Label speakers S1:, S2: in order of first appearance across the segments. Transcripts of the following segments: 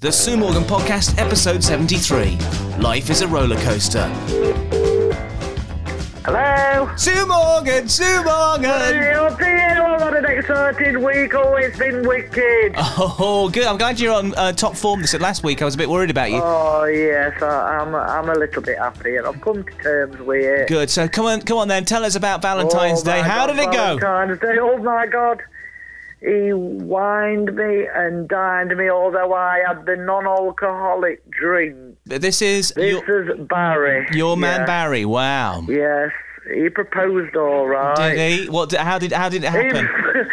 S1: The Sue Morgan Podcast, episode 73. Life is a roller coaster.
S2: Hello.
S1: Sue Morgan, Sue Morgan!
S2: I've been all on an exciting week. Oh, it's been wicked.
S1: Oh, good. I'm glad you're on uh, top form this last week. I was a bit worried about you.
S2: Oh yes, I, I'm. I'm a little bit happy, and I've come to terms with it.
S1: Good. So come on, come on then. Tell us about Valentine's
S2: Oh, my
S1: Day. How
S2: God,
S1: did it go?
S2: Valentine's Day. Oh my God. He wined me and dined me, although I had the non-alcoholic drink.
S1: This is
S2: This
S1: your,
S2: is Barry.
S1: your man
S2: Yeah.
S1: Barry. Wow.
S2: Yes, he proposed all right.
S1: Did he? What? How did? How did it
S2: He-
S1: happen?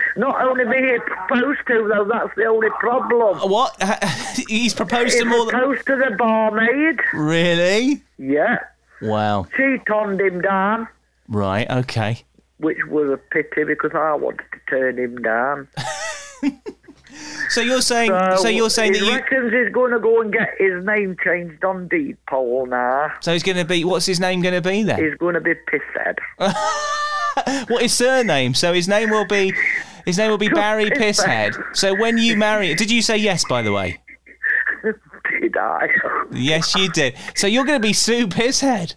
S2: not only me, he proposed to though. That's the only problem.
S1: What? He's proposed
S2: He
S1: to more than.
S2: proposed to the barmaid.
S1: Really?
S2: Yeah.
S1: Wow.
S2: She turned him down,
S1: Right. Okay.
S2: which was a pity because I wanted to turn him down.
S1: So you're saying? So, you're saying
S2: he
S1: that you?
S2: reckons he's going to go and get his name changed on Deedpoll now.
S1: So he's going to be. What's his name going to be then?
S2: He's going to be pissed.
S1: What his surname? So his name will be. His name will be Barry
S2: Pisshead.
S1: Pisshead. So when you marry, did you say yes? By the way,
S2: Did I?
S1: yes, you did. So you're going to be Sue Pisshead.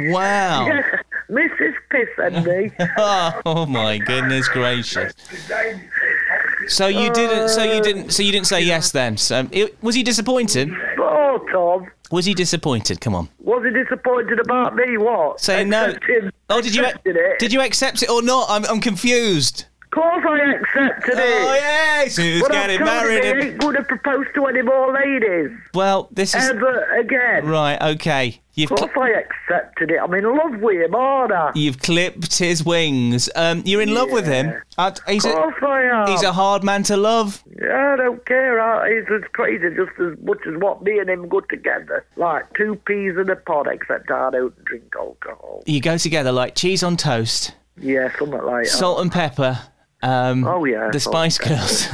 S1: Wow.
S2: Mrs. Piss and me.
S1: Oh my goodness gracious! So you didn't. So you didn't. So you didn't say yes then. So it, was he disappointed?
S2: oh, Tom.
S1: Was he disappointed? Come on.
S2: Was he disappointed about me? What?
S1: Say no.
S2: Accepting-
S1: Oh, did you
S2: accepted it.
S1: did you accept it or not? I'm I'm confused.
S2: Of course I accepted it.
S1: Oh yes, who's
S2: But I'm
S1: getting
S2: telling
S1: married?
S2: you,
S1: in-
S2: he ain't going to propose to any more ladies
S1: Well, this is
S2: ever again.
S1: right. Okay, you've
S2: Of
S1: cl-
S2: course I accepted it. I'm in love with him, aren't I?
S1: you've clipped his wings. Um, you're in love with him. Uh, he's
S2: Of
S1: a
S2: course I am.
S1: he's a hard man to love.
S2: I don't care. I, he's as crazy just as much as what me and him go together. Like two peas in a pod, except I don't drink alcohol.
S1: You go together like cheese on toast,
S2: Yeah, something like that.
S1: salt and pepper. Um,
S2: Oh, yeah,
S1: the
S2: salt
S1: Spice Girls.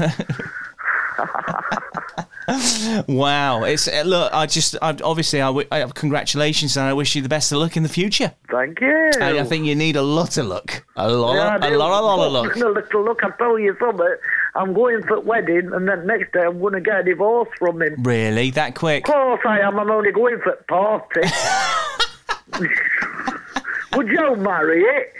S1: wow, it's uh, look. I just I, obviously I, w- I congratulations and I wish you the best of luck in the future.
S2: Thank you.
S1: And I think you need a lot of luck. A lot,
S2: Yeah, I
S1: of, a
S2: do.
S1: lot, a lot of
S2: Look,
S1: luck.
S2: no, Little look, I tell you something. I'm going for a wedding, and then next day I'm going to get a divorce from him.
S1: Really, that quick?
S2: Of course I am. I'm only going for a party. Would you marry it?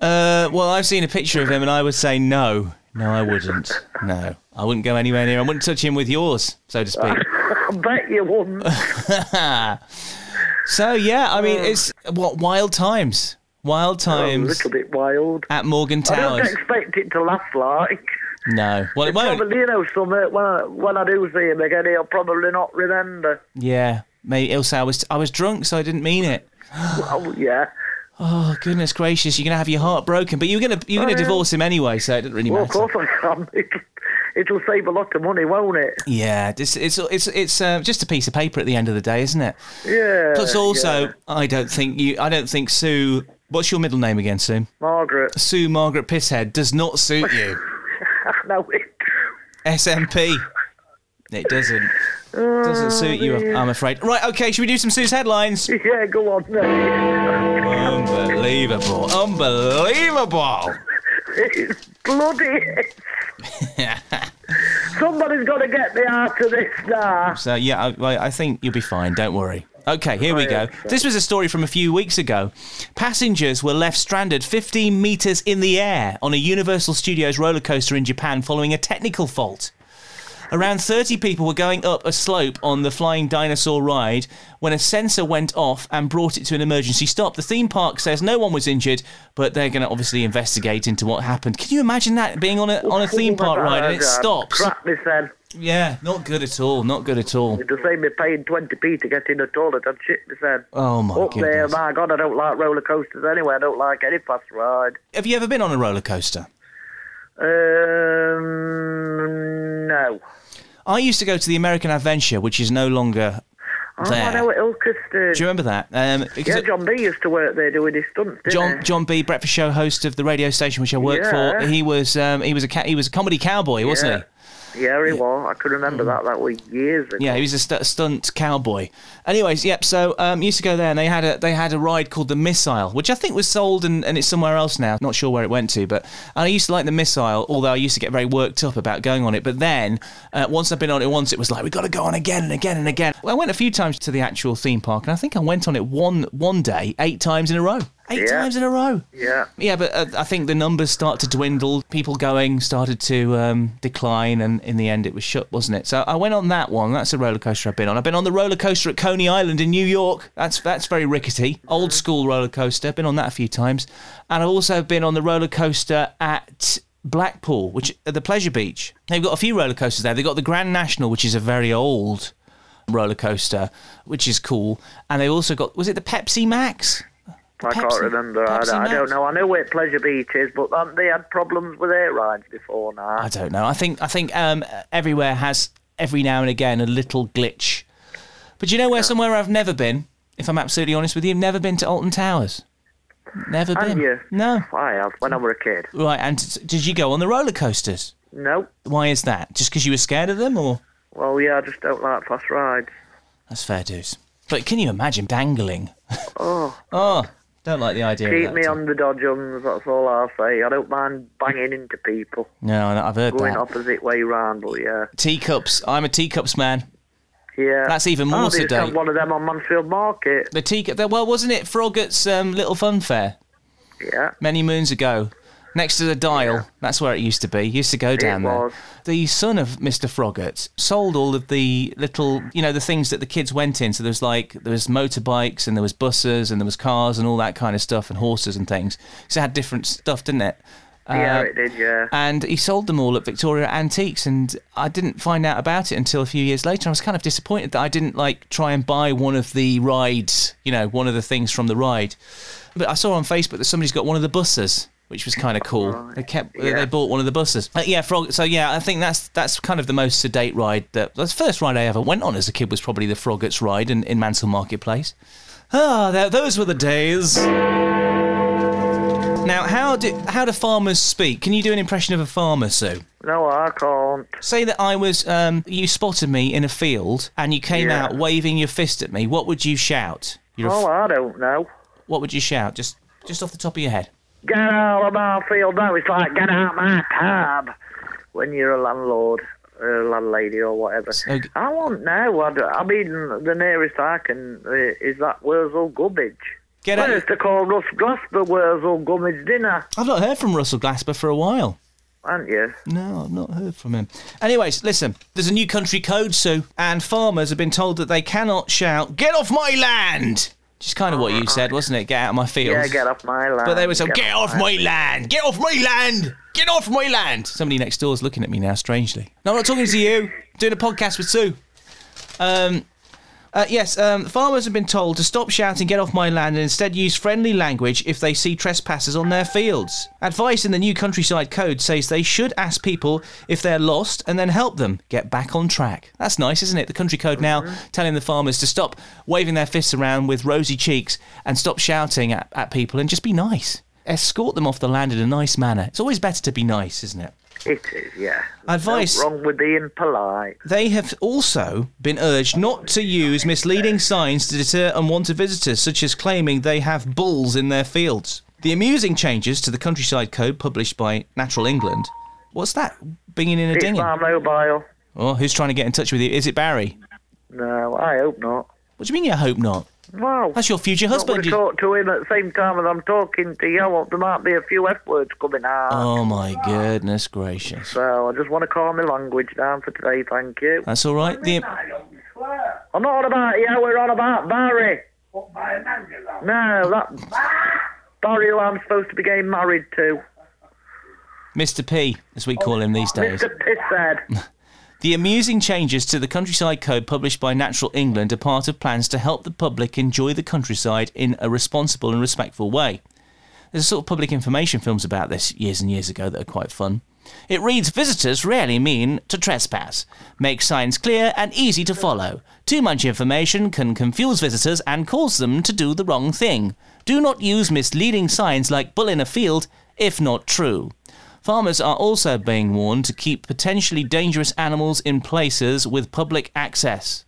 S1: Uh, well, I've seen a picture of him, and I would say no, no, I wouldn't. No, I wouldn't go anywhere near. I wouldn't touch him with yours, so to speak.
S2: I bet you wouldn't.
S1: So yeah, I mean, it's what wild times, wild
S2: a
S1: times
S2: little bit wild.
S1: at Morgan
S2: Oh, I don't
S1: Towers.
S2: expect it to last like.
S1: No, well, it won't.
S2: Probably, you know, something. When I, when I do see him again, he'll probably not remember.
S1: Yeah, maybe he'll say I was I was drunk, so I didn't mean it.
S2: Oh, yeah.
S1: Oh goodness gracious, you're gonna have your heart broken, but you're gonna you're gonna divorce him anyway, so it doesn't really
S2: Oh, Well, of
S1: matter.
S2: course I can. It'll, it'll save a lot of money, won't it?
S1: Yeah, it's it's it's it's uh, just a piece of paper at the end of the day, isn't it?
S2: Yeah.
S1: Plus, also,
S2: yeah.
S1: I don't think you, I don't think Sue. What's your middle name again, Sue?
S2: Margaret.
S1: Sue Margaret Pisshead does not suit you.
S2: no, it,
S1: SMP. It doesn't.
S2: Oh,
S1: Doesn't suit you, I'm afraid. Right, okay, should we do some Sue's headlines?
S2: yeah, go on. No,
S1: Unbelievable. Unbelievable.
S2: it's bloody. Somebody's got to get me out of this now.
S1: So yeah, I- I, I think you'll be fine. Don't worry. Okay, here we go. This was a story from a few weeks ago. Passengers were left stranded 15 meters in the air on a Universal Studios roller coaster in Japan following a technical fault. Around 30 people were going up a slope on the flying dinosaur ride when a sensor went off and brought it to an emergency stop. The theme park says no one was injured, but they're going to obviously investigate into what happened. Can you imagine that being on a on a theme park ride and it stops?
S2: Oh Crap, me then.
S1: Yeah, not good at all. Not good at all.
S2: It'll save me paying 20p to get in the toilet. I'd shit me then.
S1: Oh my
S2: Up there,
S1: goodness.
S2: my God, I don't like roller coasters anyway. I don't like any fast ride.
S1: Have you ever been on a roller coaster?
S2: Um, no.
S1: I used to go to the American Adventure, which is no longer
S2: Oh, I
S1: there. Do
S2: know at Ilkeston.
S1: you remember that? Um, because
S2: Yeah, John B used to work there doing his stunts, didn't
S1: John
S2: he?
S1: John B breakfast show host of the radio station which I worked
S2: Yeah.
S1: for. He was um, he was a ca- he was a comedy cowboy, wasn't
S2: Yeah.
S1: he?
S2: Yeah, he was. I can remember that. That was years ago.
S1: Mm. Yeah, he was a st- stunt cowboy. Anyways, yep. So um, used to go there, and they had a they had a ride called the Missile, which I think was sold and, and it's somewhere else now. Not sure where it went to, but I used to like the Missile, although I used to get very worked up about going on it. But then uh, once I've been on it once, it was like we got to go on again and again and again. Well, I went a few times to the actual theme park, and I think I went on it one one day eight times in a row. Eight
S2: Yeah.
S1: times in a row.
S2: Yeah.
S1: Yeah, but uh, I think the numbers start to dwindle. People going started to um, decline, and in the end, it was shut, wasn't it? So I went on that one. That's a roller coaster I've been on. I've been on the roller coaster at Coney Island in New York. That's that's very rickety, old school roller coaster. Been on that a few times, and I've also been on the roller coaster at. Blackpool, which at the Pleasure Beach, they've got a few roller coasters there. They've got the Grand National, which is a very old roller coaster, which is cool, and they also got was it the Pepsi Max?
S2: I can't
S1: Pepsi-
S2: remember. I,
S1: Pepsi
S2: I don't
S1: Max.
S2: know. I know where Pleasure Beach is, but um, they had problems with air rides before now.
S1: I don't know. I think I think um, everywhere has every now and again a little glitch. But you know where somewhere I've never been, if I'm absolutely honest with you, never been to Alton Towers. Never
S2: Have
S1: been.
S2: you?
S1: No.
S2: I have when I were a kid.
S1: Right. And s- did you go on the roller coasters?
S2: No.
S1: Why is that? Just because you were scared of them, or
S2: Well, yeah, I just don't like fast rides.
S1: that's fair dues. But can you imagine dangling?
S2: Oh,
S1: Oh, don't like the idea.
S2: keep
S1: of that
S2: me
S1: at all.
S2: on the dodgems. That's all I'll say. I don't mind banging into people,
S1: No, I- I've heard
S2: going
S1: that.
S2: opposite way round. But yeah,
S1: Teacups. I'm a teacups man.
S2: yeah.
S1: That's even more
S2: oh, they just
S1: sedate.
S2: had one of them on Mansfield Market.
S1: The teacup. Well, wasn't it Froggatt's um, little fun fair?
S2: Yeah.
S1: many moons ago. Next to the dial, that's where it used to be. Used to go down there.
S2: was.
S1: The son of Mr. Froggatt sold all of the little, you know, the things that the kids went in. So there was like there was motorbikes and there was buses and there was cars and all that kind of stuff and horses and things. So it had different stuff, didn't it?
S2: Yeah,
S1: Uh,
S2: it did, yeah.
S1: and he sold them all at Victoria Antiques, and I didn't find out about it until a few years later. I was kind of disappointed that I didn't like try and buy one of the rides, you know, one of the things from the ride. But I saw on Facebook that somebody's got one of the buses, which was kind of cool. They kept,
S2: yeah.
S1: they bought one of the buses. Uh, yeah, Frog. So yeah, I think that's that's kind of the most sedate ride that the first ride I ever went on as a kid was probably the Froggatt's ride in, in Mansell Marketplace. Ah, tho- those were the days. Now, how do how do farmers speak? Can you do an impression of a farmer, Sue?
S2: No, I can't.
S1: Say that I was, um, you spotted me in a field and you came
S2: Yeah.
S1: out waving your fist at me. What would you shout? You're a f-
S2: Oh, I don't know.
S1: what would you shout? Just just off the top of your head.
S2: Get out of my field now. It's like, get out my tab when you're a landlord or a landlady or whatever.
S1: So-
S2: I won't know. I, d- I mean, the nearest I can uh, is that Wurzel Gubbage.
S1: Get
S2: I
S1: out.
S2: used to call Russ Glasper Wurzel Gummidge dinner,
S1: I've not heard from Russell Glasper for a while.
S2: aren't you?
S1: No, I've not heard from him. Anyways, listen, there's a new country code, Sue, and farmers have been told that they cannot shout, Get off my land! Which is kind of what you said, wasn't it? Get out of my field.
S2: Yeah, get off my land.
S1: But they were saying, "Get off
S2: my
S1: my land! Get off my land! Get off my land!" Somebody next door's looking at me now, strangely. No, I'm not talking to you. doing a podcast with Sue. Um, uh, yes, um, farmers have been told to stop shouting, "Get off my land!" and instead use friendly language if they see trespassers on their fields. Advice in the new countryside code says they should ask people if they're lost and then help them get back on track. That's nice, isn't it? The country code now telling the farmers to stop waving their fists around with rosy cheeks and stop shouting at, at people and just be nice. Escort them off the land in a nice manner. It's always better to be nice, isn't it?
S2: It is, yeah.
S1: Advice.
S2: Wrong with being polite.
S1: They have also been urged not to use misleading signs to deter unwanted visitors, such as claiming they have bulls in their fields. The amusing changes to the countryside code published by Natural England. What's that? Binging in a
S2: It's um,
S1: dinging.
S2: my mobile.
S1: Oh, who's trying to get in touch with you? Is it Barry?
S2: No, I hope not.
S1: What do you mean you hope not?
S2: Wow.
S1: That's your future
S2: Not going
S1: husband.
S2: to
S1: you-
S2: talk to him at the same time as I'm talking to you. There might be a few F words coming out.
S1: Oh my goodness gracious.
S2: So I just want to calm my language down for today, thank you.
S1: That's all right. The,
S3: I don't swear.
S2: I'm not on about you, we're on about Barry.
S3: But by an Angelo.
S2: No, that Barry who I'm supposed to be getting married to.
S1: Mr. P, as we call him these days.
S2: Mr. Pisshead.
S1: The amusing changes to the countryside code published by Natural England are part of plans to help the public enjoy the countryside in a responsible and respectful way. There's sort of public information films about this years and years ago that are quite fun. It reads Visitors rarely mean to trespass. Make signs clear and easy to follow. Too much information can confuse visitors and cause them to do the wrong thing. Do not use misleading signs like bull in a field if not true. Farmers are also being warned to keep potentially dangerous animals in places with public access.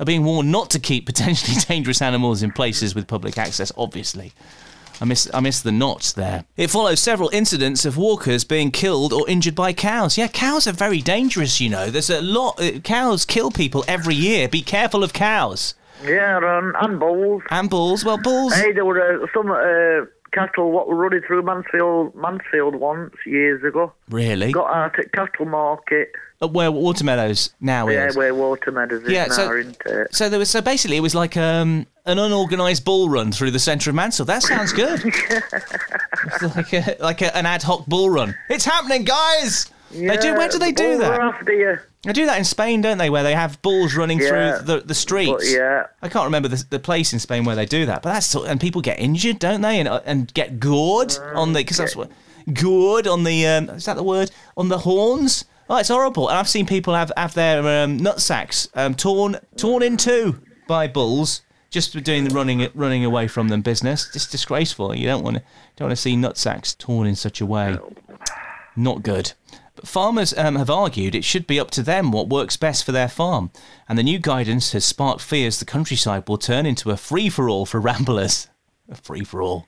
S1: Are being warned not to keep potentially dangerous animals in places with public access, obviously. I miss I miss the not there. It follows several incidents of walkers being killed or injured by cows. Yeah, cows are very dangerous, you know. There's a lot uh, cows kill people every year. Be careful of cows.
S2: Yeah, and, um, and bulls.
S1: And bulls, well bulls
S2: Hey, there were uh, some uh, cattle what were running through Mansfield, Mansfield once years ago.
S1: really.
S2: Got out at cattle market.
S1: Uh, where Watermeadows now
S2: Yeah,
S1: is.
S2: where Watermeadows is
S1: Yeah,
S2: now,
S1: so-
S2: isn't it?
S1: So there was so basically it was like um, an unorganised bull run through the centre of Mansfield. That sounds good. It's like a, like a, an ad hoc bull run. It's happening, guys. they do. Where do they do
S2: bulls
S1: that?
S2: Are after you.
S1: They do that in Spain, don't they? Where they have bulls running
S2: Yeah.
S1: through the, the streets.
S2: But yeah,
S1: I can't remember the, the place in Spain where they do that, but that's sort- and people get injured, don't they? And and get gored
S2: Mm,
S1: on the because that's what gored on the um, is that the word on the horns? Oh, it's horrible. And I've seen people have have their um, nut sacks um, torn torn in two by bulls just for doing the running running away from them business. It's disgraceful. You don't want to don't want to see nut sacks torn in such a way. Not good. But farmers um, have argued it should be up to them what works best for their farm, and the new guidance has sparked fears the countryside will turn into a free for all for ramblers. A free for all.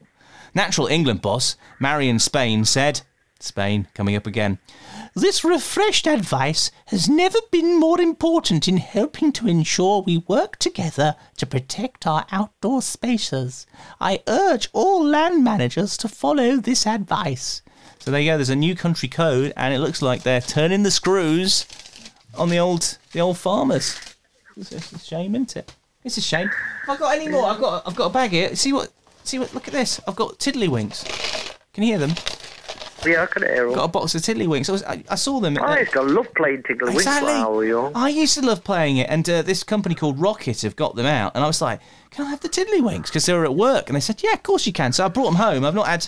S1: Natural England boss Marion Spain said, Spain coming up again, this refreshed advice has never been more important in helping to ensure we work together to protect our outdoor spaces. I urge all land managers to follow this advice. So there you go. There's a new country code, and it looks like they're turning the screws on the old the old farmers. It's, it's a shame, isn't it? It's a shame. Have I got any more? I've got I've got a bag here. See what? See what? Look at this. I've got tiddlywinks. Can you hear them?
S2: yeah, I can hear Ah,
S1: Got
S2: them.
S1: a box of tiddlywinks. I, was, I, I saw them. at
S2: I
S1: the-
S2: used to love playing Tickle Wings
S1: Exactly.
S2: when I was young.
S1: I used to love playing it, and uh, this company called Rocket have got them out, and I was like, "Can I have the Tiddlywinks?" Because they were at work, and they said, "Yeah, of course you can." So I brought them home. I've not had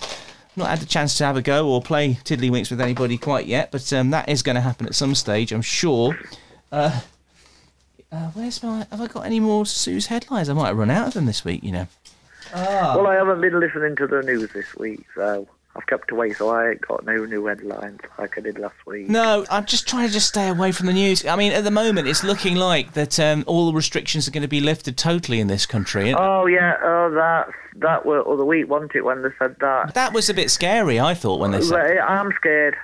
S1: not had the chance to have a go or play Tiddlywinks with anybody quite yet, but um, that is going to happen at some stage, I'm sure. Uh, uh, where's my? Have I got any more Sue's headlines? I might have run out of them this week, you know.
S2: Well, I haven't been listening to the news this week, so I've kept away, so I ain't got no new headlines like I did last week.
S1: No, I'm just trying to just stay away from the news. I mean, at the moment, it's looking like that um, all the restrictions are going to be lifted totally in this country. and-
S2: Oh yeah, oh that that were other week, wasn't it? When they said that.
S1: That was a bit scary, I thought, when they said
S2: Well, I'm scared.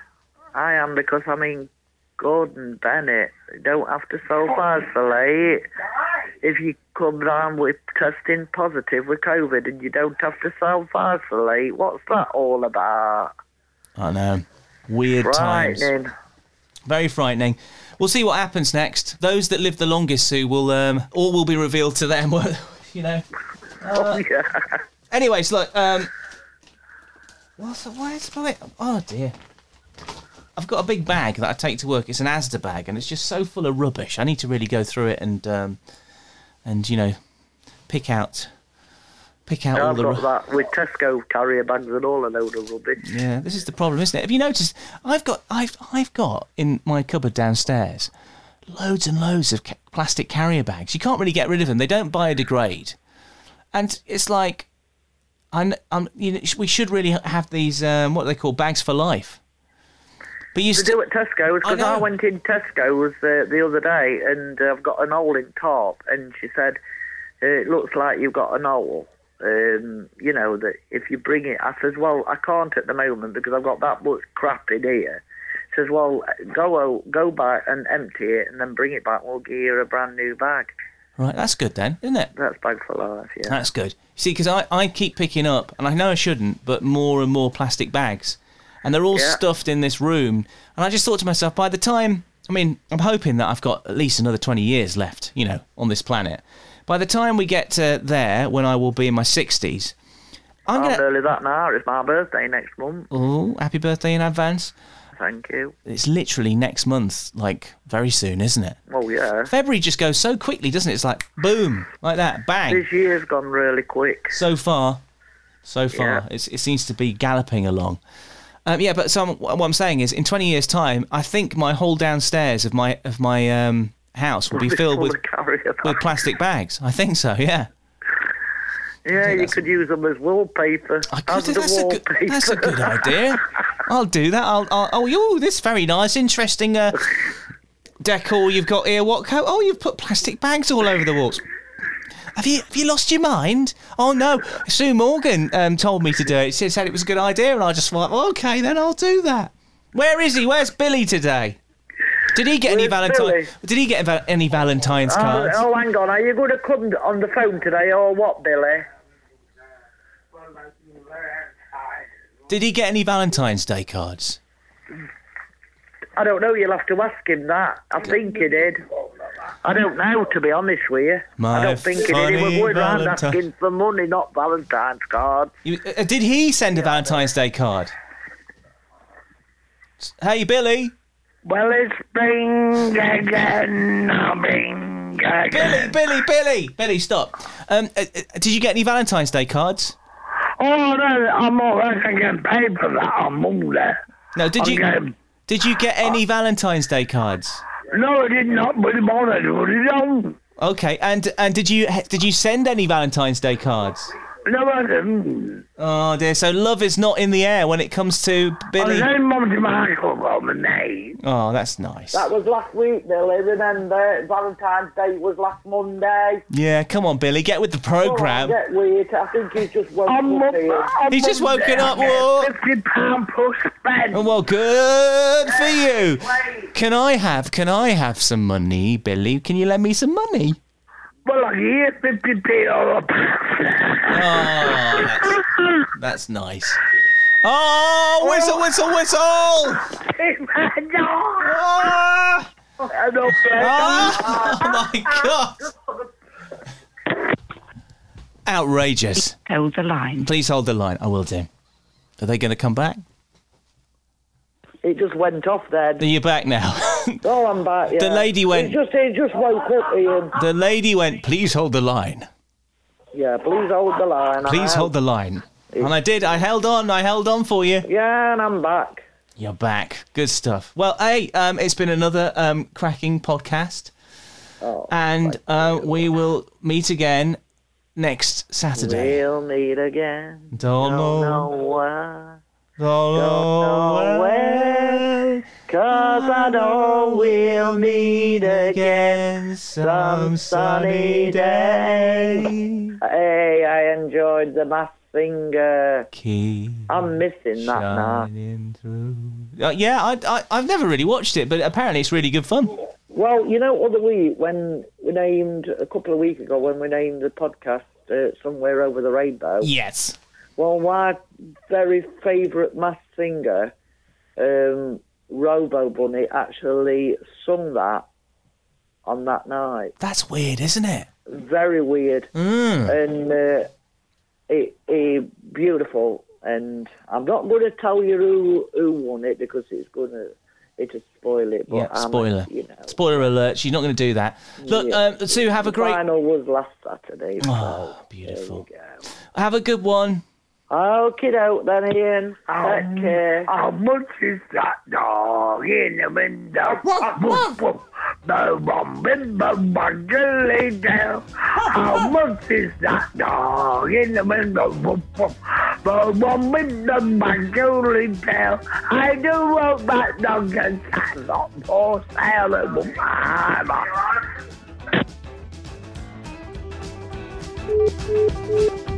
S2: I am because I mean, Gordon Bennett don't have to self-isolate. If you come down with testing positive with COVID and you don't have to self-isolate, what's that all about?
S1: I know. Weird times. Uh,
S2: Frightening.
S1: Very frightening. We'll see what happens next. Those that live the longest, Sue, will um, all will be revealed to them. you know.
S2: oh yeah.
S1: Anyways, look. Um, what's the, where's my? Oh dear. I've got a big bag that I take to work. It's an ASDA bag, and it's just so full of rubbish. I need to really go through it and um, and you know, pick out, pick out all
S2: I've
S1: the. ru-
S2: got that with Tesco carrier bags and all a load of rubbish.
S1: Yeah, this is the problem, isn't it? Have you noticed? I've got, I've, I've got in my cupboard downstairs, loads and loads of ca- plastic carrier bags. You can't really get rid of them; they don't biodegrade, and it's like, I'm, I'm, you know, sh- we should really ha- have these, um, what are they call bags for life. But you
S2: They do
S1: still,
S2: at Tesco's
S1: I
S2: because
S1: know.
S2: I, went in Tesco's uh, the other day and uh, I've got an hole in top, and she said it looks like you've got an hole. Um, you know that if you bring it, I says, well, I can't at the moment because I've got that much crap in here. She says, well, go out, go back and empty it, and then bring it back. We'll give you a brand new bag.
S1: right? That's good then, isn't it?
S2: That's bag for life. Yeah.
S1: That's good. See, because I, I keep picking up, and I know I shouldn't, but more and more plastic bags. And they're all
S2: Yeah.
S1: stuffed in this room. And I just thought to myself, by the time, I mean, I'm hoping that I've got at least another 20 years left, you know, on this planet. By the time we get to there, when I will be in my 60s, I'm
S2: I'm
S1: going to.
S2: nearly that now. It's my birthday next month.
S1: Oh, happy birthday in advance.
S2: Thank you.
S1: It's literally next month, like very soon, isn't it?
S2: Well, yeah.
S1: February just goes so quickly, doesn't it? It's like boom, like that, bang.
S2: This year's gone really quick.
S1: so far, so
S2: Yeah.
S1: far, it's, it seems to be galloping along. Um, yeah, but so I'm, what I'm saying is, in 20 years' time, I think my whole downstairs of my of my um, house will be
S2: It's
S1: filled
S2: full
S1: with
S2: of carrier
S1: with
S2: bags.
S1: plastic bags. I think so. Yeah.
S2: Yeah, you
S1: that's-
S2: could use them as wallpaper.
S1: I could,
S2: as the
S1: that's, a good,
S2: wallpaper.
S1: that's a good idea. I'll do that. I'll, I'll, oh, you, this very nice, interesting uh, decor you've got here, Watco. Oh, you've put plastic bags all over the walls. Have you have you lost your mind? Oh no, Sue Morgan um, told me to do it. She said it was a good idea, and I just like, well, okay, then I'll do that. Where is he? Where's Billy today? Did he get any
S2: Where's
S1: Valentine?
S2: Billy?
S1: Did he get eva- any Valentine's
S2: Oh,
S1: cards?
S2: oh, hang on. Are you going to come on the phone today or what, Billy?
S3: Well, like, you were outside.
S1: Did he get any Valentine's Day cards?
S2: I don't know. You'll have to ask him that. I think he did. I don't know, to be honest with you.
S1: My
S2: I don't think he did. He was
S1: funny
S2: going around
S1: Valentine.
S2: asking for money, not Valentine's cards.
S1: You, uh, did he send a Valentine's Day card? S- Hey, Billy.
S2: Well, it's bing again, bing
S1: Billy,
S2: again.
S1: Billy, Billy, Billy, stop. Um, uh, uh, did you get any Valentine's Day cards?
S3: Oh, no, I'm all right. I can pay for that on Monday.
S1: No, did you?
S3: Okay.
S1: Did you get any Valentine's Day cards?
S3: No, I did not, but it bothered me. No,
S1: Okay, and and did you did you send any Valentine's Day cards?
S3: no, I didn't.
S1: Oh dear, so love is not in the air when it comes to
S3: I
S1: Billy.
S3: sent mum to Michael on the night.
S1: Oh, that's nice.
S2: That was last week, Billy. Remember, Valentine's Day was last Monday.
S1: Yeah, come on, Billy, get with the program.
S2: Get weird. I think he's just woke
S3: On
S2: up
S3: Monday.
S2: here.
S3: on
S1: He's just
S3: Monday,
S1: woken
S3: I
S1: up,
S3: get
S1: whoa.
S3: £50 plus spend.
S1: Oh, well, good for you. Can I have? Can I have some money, Billy? Can you lend me some money?
S3: Well, I get 50p or a pass.
S1: Oh, that's, that's nice. Oh, whistle, whistle, whistle!
S3: no,
S1: Ah!
S3: I don't
S1: Ah! Oh my god! Outrageous.
S4: Hold the line.
S1: Please hold the line. I will do. Are they going to come back?
S2: It just went off there.
S1: You're back now.
S2: Oh, I'm back. Yeah.
S1: The lady went-
S2: He just he just woke up, Ian.
S1: the lady went, please hold the line.
S2: Yeah, please hold the line.
S1: Please
S2: I-
S1: hold the line. And I did. I held on. I held on for you.
S2: Yeah, and I'm back.
S1: You're back. Good stuff. Well, hey, um, it's been another um, cracking podcast.
S2: Oh,
S1: and uh, we will meet again next Saturday.
S2: We'll meet again.
S1: Don't know.
S2: Don't know why.
S1: Don't
S2: know when. Cause I know we'll meet again
S1: again
S2: some sunny day. Hey, I enjoyed the mass singer.
S1: Keep
S2: I'm missing that now.
S1: shining through. Uh, yeah, I, I, I've never really watched it, but apparently it's really good fun.
S2: Well, you know, other week when we named a couple of weeks ago when we named the podcast uh, somewhere over the rainbow.
S1: Yes.
S2: Well, my very favourite mass singer, um, Robo Bunny, actually sung that on that night.
S1: That's weird, isn't it?
S2: Very weird
S1: Mm.
S2: and uh, it, it beautiful. And I'm not going to tell you who who won it because it's going to it'll spoil it. But
S1: Yeah,
S2: I'm,
S1: spoiler.
S2: You know,
S1: Spoiler alert, she's not going to do that. Look,
S2: Yeah.
S1: um, Sue, have a
S2: the
S1: great.
S2: final was last Saturday. So
S1: Ah,
S2: there
S1: beautiful.
S2: you go.
S1: Have a good one.
S2: Okay, out then, Ian.
S3: Um,
S2: Take care.
S3: How much is that dog in the window?
S1: Woof, woof.
S3: Bow, bum, bim, bum, bum, dilly, dell. How much is that dog in the window? Woof, woof. Bow, bum, bim, bum, bum, dilly, dell. I do want that dog and I'm not for sale. It will buy my-